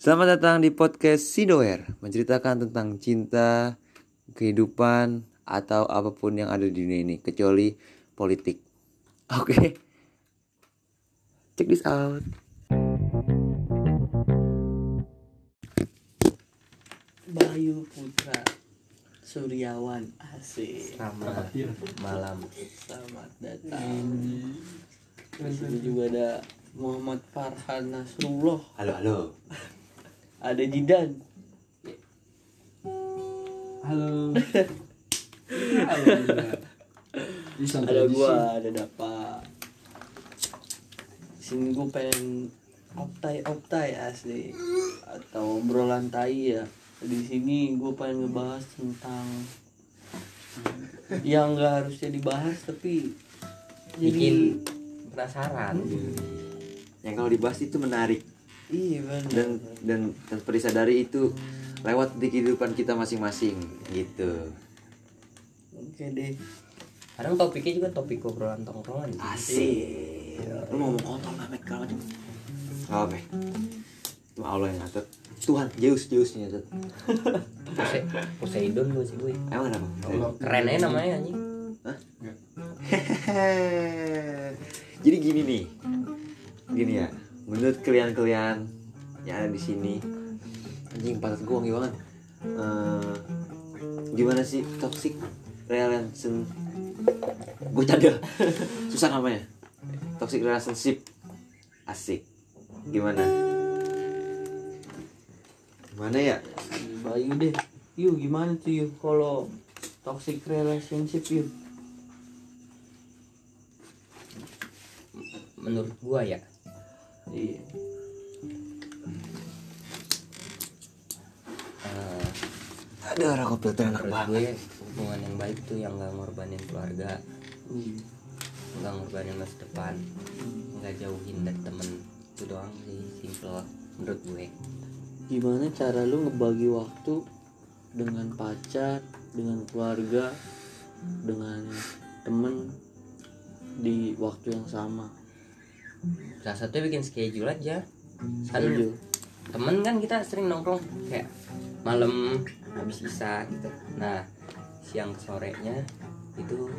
Selamat datang di podcast Sidoer, menceritakan tentang cinta, kehidupan, atau apapun yang ada di dunia ini, kecuali politik. Oke, check this out. Bayu Putra Suryawan asik Selamat malam. selamat datang di sini juga ada Muhammad Farhan Nasrullah Halo, halo. ada Jidan Halo. Halo. Ini santai ada aja sih. gua ada Dapa sini gua pengen optai optai asli atau obrolan tai ya di sini gua pengen ngebahas tentang yang nggak harusnya dibahas tapi jadi Bikin penasaran. Yang Ya, kalau dibahas itu menarik iya benar dan dan tanpa disadari itu lewat di kehidupan kita masing-masing gitu. oke deh Kadang topiknya juga topik obrolan tongkrongan sih. Asik. Iya. Lu mau ngomong kontol nggak, Mek? Kalau macam. Nggak apa Cuma Allah yang ngatur. Tuhan, Zeus, Zeus yang ngatur. Pose- Poseidon gue sih gue. Emang kenapa? Allah. Keren aja namanya anjing. Jadi gini nih. Gini ya. Menurut kalian-kalian yang ada di sini, anjing pantat gua wangi banget. Eh, gimana sih toxic relation gue cadel susah namanya toxic relationship asik gimana gimana ya Bayu deh Yu gimana tuh Yu kalau toxic relationship Yu Menurut gua ya. Iya eh, ada orang kopi tuh enak menurut banget gue hubungan yang baik tuh yang gak ngorbanin keluarga, gak ngorbanin masa depan, gak jauhin dari temen itu doang sih simple menurut ya. gue. Gimana cara lu ngebagi waktu dengan pacar, dengan keluarga, dengan temen di waktu yang sama Salah satunya bikin schedule aja. Kan Setuju temen kan kita sering nongkrong kayak malam habis isa gitu nah siang ke sorenya itu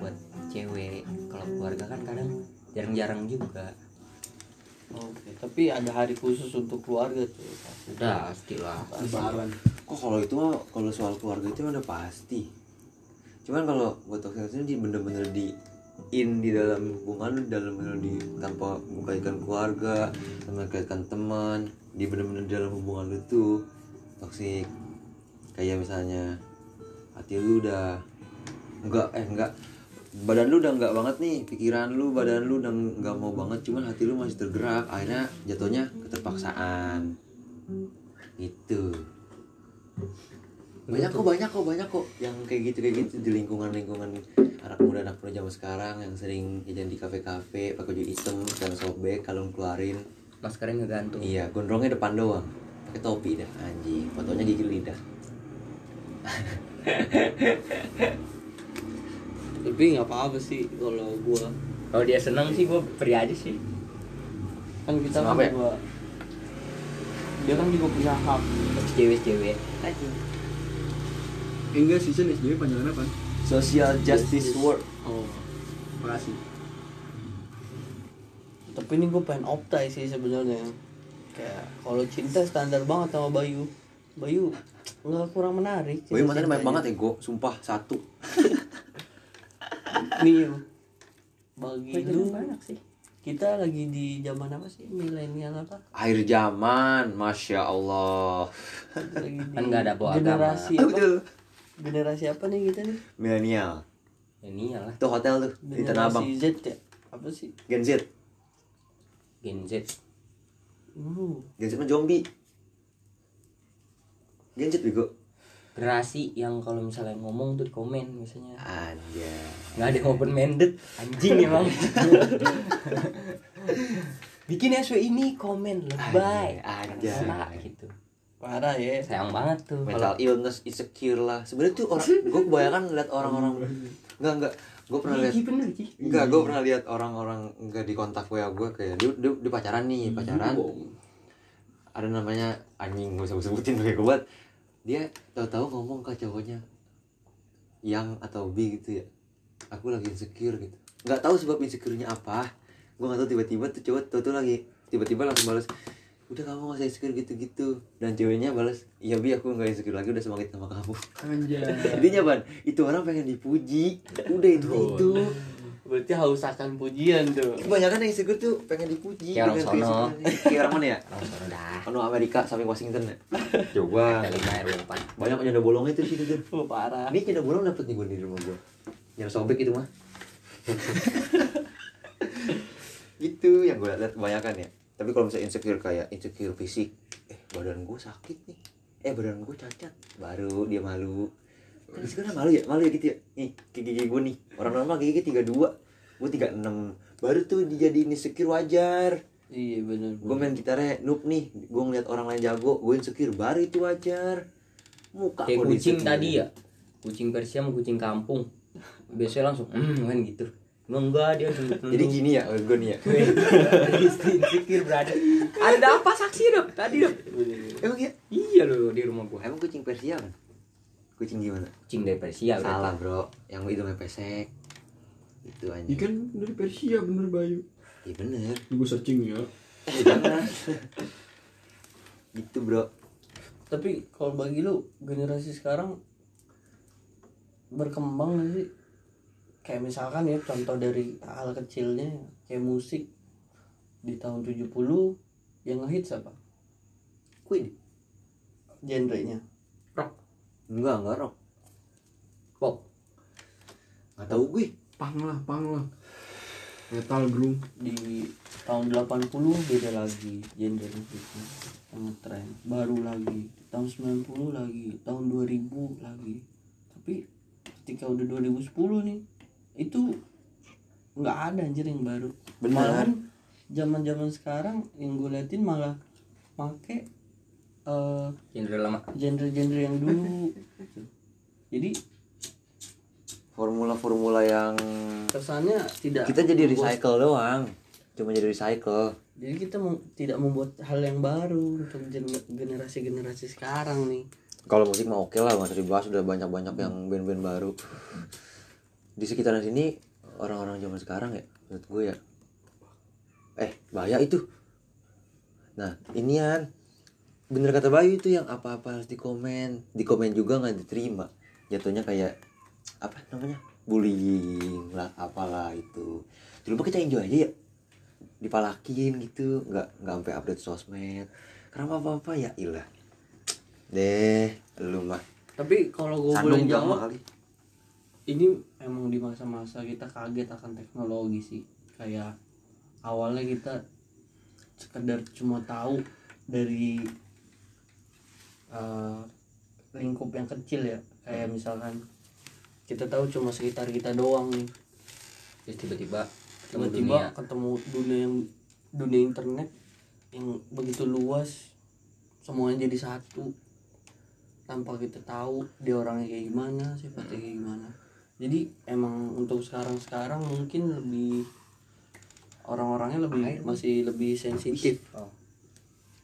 buat cewek kalau keluarga kan kadang jarang-jarang juga Oke tapi ada hari khusus untuk keluarga tuh udah pastilah Lebaran. Iya. kok kalau itu mah kalau soal keluarga itu mah udah pasti cuman kalau buat toxic relationship di bener-bener di in di dalam hubungan di dalam bener di tanpa mengkaitkan keluarga tanpa mengkaitkan teman di bener-bener di dalam hubungan lu tuh toxic kayak misalnya hati lu udah enggak eh enggak badan lu udah enggak banget nih pikiran lu badan lu udah enggak mau banget cuman hati lu masih tergerak akhirnya jatuhnya keterpaksaan gitu banyak kok banyak kok banyak kok yang kayak gitu kayak gitu di lingkungan lingkungan anak muda anak muda zaman sekarang yang sering jajan di kafe kafe pakai baju hitam dan sobek kalung keluarin maskernya ngegantung iya gondrongnya depan doang pakai topi dah anjing fotonya gigil lidah Tapi nggak apa-apa sih kalau gua kalau dia seneng sih gue peri aja sih Kan kita Sama apa kan ya? juga Dia kan juga punya hak Tapi cewek-cewek Eh, enggak sih, Cen, SJW panjangan apa? social justice work Oh, makasih. tapi ini gue pengen optai sih sebenarnya kayak kalau cinta standar banget sama Bayu Bayu nggak kurang menarik Boy mantannya cita-citanya. banyak banget ya gue sumpah satu nih Yu. Iya. bagi lu banyak sih kita lagi di zaman apa sih milenial apa akhir zaman masya allah lagi di Kan nggak ada bawa agama. generasi apa generasi apa nih kita nih milenial Ya, ini lah itu hotel tuh di tanah abang generasi Z ya apa sih Gen Z Gen Z hmm. Gen Z mah zombie Gen Z bego generasi yang kalau misalnya ngomong tuh di komen misalnya anjay nggak ada open minded anjing emang bikin SW ini komen lebay Anjay. Kena gitu parah ya sayang banget tuh mental kalau illness insecure lah sebenarnya tuh orang gue kebanyakan ngeliat orang-orang nggak nggak gue pernah lihat Ih, bener sih nggak gue pernah Hmm, lihat orang-orang nggak di kontak wa gue kayak dia, dia, dia pacaran nih pacaran ada namanya anjing gak usah gue sebutin pakai kuat dia tahu-tahu ngomong ke cowoknya yang atau bi gitu ya aku lagi insecure gitu nggak tahu sebab insecure-nya apa gue nggak tahu tiba-tiba tuh cowok tuh tuh lagi tiba-tiba langsung balas udah kamu nggak usah insecure gitu-gitu dan ceweknya balas iya bi aku nggak insecure lagi udah semangat sama kamu Anjay. intinya ban itu orang pengen dipuji udah itu itu Berarti haus akan pujian tuh. kebanyakan yang insecure tuh pengen dipuji Kayak orang dengan sono. keinsecureannya. kayak orang mana ya langsung dah Penuh Amerika sampai Washington ya coba ada lima ada empat banyak janda bolongnya tuh situ tuh Oh, parah. ini janda bolong dapet nih gue di rumah gue yang sobek itu mah itu yang gue lihat kebanyakan ya tapi kalau misalnya insecure kayak insecure fisik eh badan gue sakit nih eh badan gue cacat baru dia malu kan sekarang malu ya malu ya gitu ya nih gigi gigi gue nih orang normal gigi tiga dua gue tiga enam baru tuh dijadiin insecure wajar Iya benar. gue main gitarnya noob nih gue ngeliat orang lain jago gue insecure baru itu wajar muka kayak gua kucing di-insecure. tadi ya kucing Persia sama kucing kampung biasanya langsung hmm kan gitu Emang enggak dia langsung jadi gini ya gue nih ya insecure berada ada apa saksi dok tadi dok emang ya iya loh di rumah gua emang kucing Persia kan kucing gimana kucing dari Persia berarti. salah bro yang hidungnya pesek itu anjing Ikan dari Persia Iya kan, bener Bayu. iya bener Gue searching ya. Eh, jangan gitu bro Tapi kalau bagi lu generasi sekarang berkembang nggak sih? Kayak misalkan ya contoh dari hal kecilnya kayak musik di tahun 70 yang ngehits apa? Queen Genrenya. enggak enggak rock pop nggak tahu gue Pang lah, pang lah. Metal grung. Di tahun 80 beda lagi genre musiknya sama tren baru lagi tahun 90 lagi tahun 2000 lagi tapi ketika udah 2010 nih itu nggak ada anjir yang baru Bener. malahan zaman zaman sekarang yang gue liatin malah make eh, genre lama genre-genre yang dulu gitu. jadi formula-formula yang kesannya tidak kita jadi membuat- recycle doang cuma jadi recycle jadi kita mem- tidak membuat hal yang baru untuk gen- generasi-generasi sekarang nih kalau musik mah oke lah nggak usah dibahas udah banyak banyak yang band-band baru di sekitaran sini orang-orang zaman sekarang ya menurut gue ya eh bahaya itu nah inian bener kata Bayu itu yang apa-apa harus dikomen dikomen juga nggak diterima jatuhnya kayak apa namanya bullying lah apalah itu coba kita enjoy aja ya dipalakin gitu nggak nggak sampai update sosmed karena apa apa ya ilah deh lu mah tapi kalau gue boleh Sandung jawab jama kali ini emang di masa-masa kita kaget akan teknologi sih kayak awalnya kita sekedar cuma tahu dari eh, lingkup yang kecil ya kayak misalkan kita tahu cuma sekitar kita doang nih terus tiba-tiba ketemu dunia tiba-tiba ketemu dunia yang dunia internet yang begitu luas semuanya jadi satu tanpa kita tahu dia orangnya kayak gimana sifatnya kayak gimana jadi emang untuk sekarang sekarang mungkin lebih orang-orangnya lebih masih lebih sensitif Oh.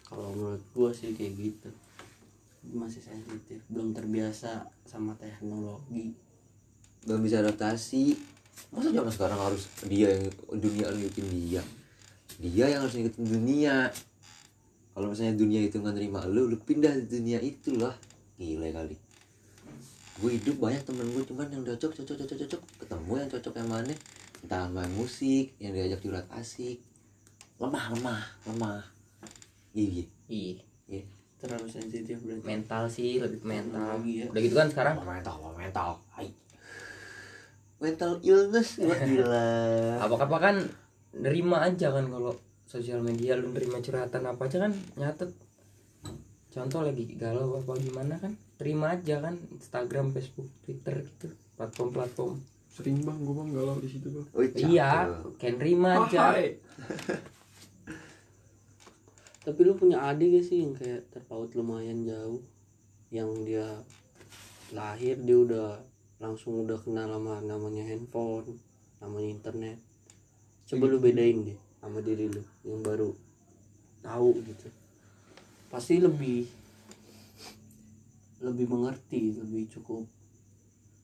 kalau menurut gua sih kayak gitu masih sensitif belum terbiasa sama teknologi belum bisa adaptasi masa zaman sekarang harus dia yang dunia harus ngikutin dia dia yang harus ngikutin dunia kalau misalnya dunia itu nggak nerima lu lu pindah di dunia itulah gila kali gue hidup banyak temen gue cuman yang cocok cocok cocok cocok ketemu yang cocok yang mana entah main musik yang diajak curhat asik lemah lemah lemah iya iya. ih terlalu sensitif berarti mental sih lebih ke mental Teknologi ya. udah gitu kan sekarang mental mental Hai. mental illness wah, gila apa-apa kan nerima aja kan kalau sosial media lu nerima curhatan apa aja kan nyatet contoh lagi galau apa gimana kan terima aja kan Instagram Facebook Twitter gitu platform-platform Sering bang, gue bang galau di situ bang. Ah, Wih, iya cakep. kan nerima aja Hai. Tapi lu punya adik gak sih yang kayak terpaut lumayan jauh Yang dia lahir dia udah langsung udah kenal sama namanya handphone Namanya internet Coba lu bedain deh sama diri lu yang baru tahu gitu pasti lebih lebih mengerti lebih cukup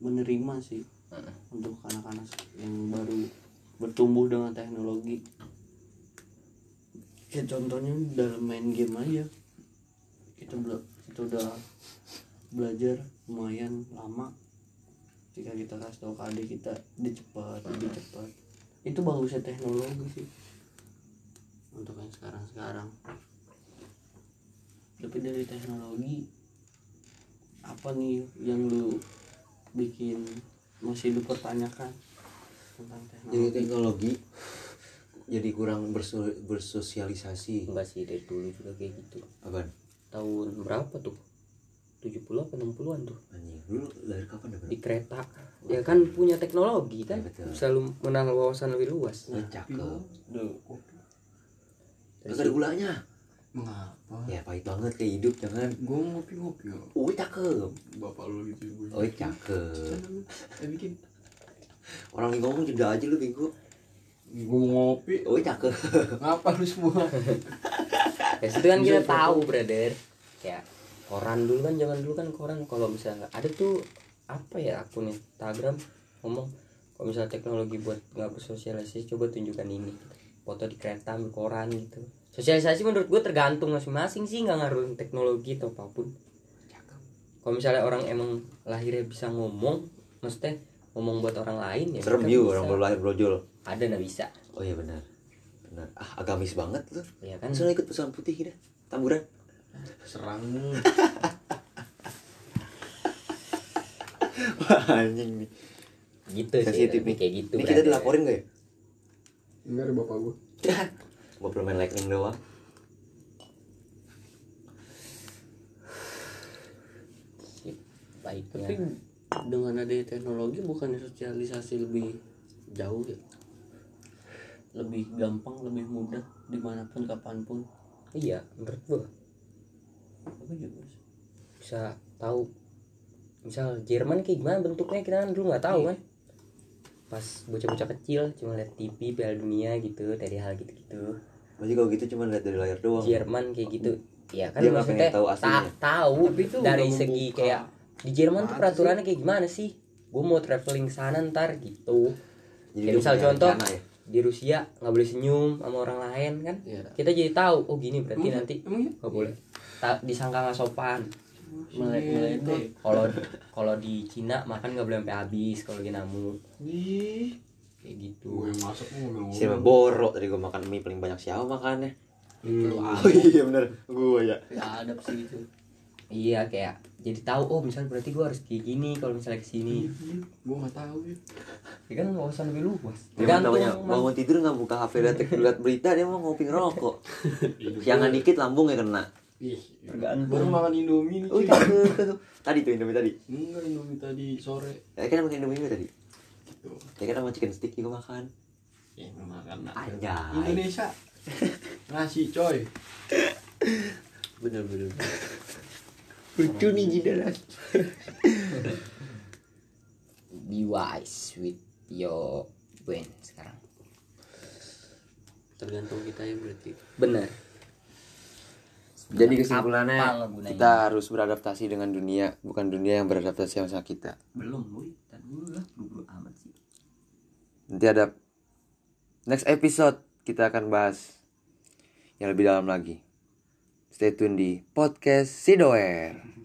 menerima sih Heeh. untuk anak-anak yang baru bertumbuh dengan teknologi ya contohnya dalam main game aja kita bela- kita udah belajar lumayan lama jika kita kasih tau ke adik kita dia cepat lebih cepat itu bagusnya teknologi sih untuk yang sekarang sekarang tapi dari teknologi apa nih yang lu bikin masih lu pertanyakan tentang jadi teknologi teknologi jadi kurang berso- bersosialisasi enggak sih dari dulu juga kayak gitu apaan tahun berapa tuh 70 apa 60-an tuh anjing dulu lahir kapan ya bro di kereta ya kan punya teknologi kan Iya, betul. bisa lu menang wawasan lebih luas nah, cakep Dari Kagak ada situ- gulanya Mengapa? ya pahit banget kayak hidup jangan Gue ngopi-ngopi ya. oh cakep Bapak lu gitu ibu. oh cakep Sana lu. Eh bikin. orang yang ngomong jeda aja lu bego Gue mau ngopi. oh cakep Ngapa lu semua? ya situ kan kita Bisa, tahu brother ya koran dulu kan jangan dulu kan koran kalau misalnya ada tuh apa ya akun Instagram ngomong kalau misalnya teknologi buat nggak bersosialisasi coba tunjukkan ini foto di kereta ambil koran gitu sosialisasi menurut gue tergantung masing-masing sih nggak ngaruh teknologi atau apapun kalau misalnya orang emang lahirnya bisa ngomong maksudnya ngomong buat orang lain ya serem kan you bisa. orang baru lahir brojol ada nggak bisa oh iya benar benar ah agamis banget lu ya kan kan soalnya ikut pesan putih kita tamburan Serang. Wah, anjing nih gitu sih sensitif nih lebih kayak gitu ini kita brother. dilaporin gak ya Enggak ada bapak gue. gua permain lightning doang baiknya tapi dengan adanya teknologi bukannya sosialisasi lebih jauh ya lebih gampang lebih mudah dimanapun kapanpun iya menurut gua apa juga sih bisa tahu misal Jerman kayak gimana bentuknya kita kan dulu nggak tahu kan pas bocah-bocah kecil cuma lihat TV Piala Dunia gitu dari hal gitu-gitu berarti kalau gitu cuma lihat dari layar doang Jerman kayak gitu ya kan Dia nggak maksudnya pengen tahu ta- aslinya. tahu Tapi itu dari udah segi membuka. kayak di Jerman tuh Apaan peraturannya kayak gimana sih gue mau traveling sana ntar gitu Jadi Kayak dia misal punya contoh rencana ya? di Rusia nggak boleh senyum sama orang lain kan Iya. kita jadi tahu oh gini berarti Emang- nanti Emang ya? nggak boleh Ta- disangka nggak sopan Melek- meledek kalau kalau di Cina makan nggak boleh sampai habis kalau lagi namu Ih. kayak Gue gitu yang masak mau ngomong. Siapa borok tadi gua makan mie paling banyak siapa makannya Lu. oh iya benar gua ya ya adab sih itu iya kayak jadi tahu oh misalnya berarti gue harus kayak gini kalau misalnya ke sini Gue Iya, nggak tahu ya. ya kan wawasan lebih luas Dia namanya bangun tidur nggak buka HP lihat lihat berita dia mau ngopi ngerokok. Jangan dikit lambungnya kena. Ih. Tergantung. Baru makan Indomie nih. Oh, cuy. cakep. tadi tuh Indomie tadi. Enggak Indomie tadi sore. Ya kan makan Indomie tadi. Gitu. Ya kan sama chicken stick juga makan. Ya makan. Anjay. Indonesia. Nasi coy. bener-bener Lucu nih jidat. be wise with your brain sekarang tergantung kita ya berarti bener Jadi kesimpulannya Apa ngegunain? kita harus beradaptasi dengan dunia, bukan dunia yang beradaptasi sama kita. belum boy tadi dulu lah buru-buru amat sih Nanti ada next episode kita akan bahas yang lebih dalam lagi. Stay tune di podcast Sidoer.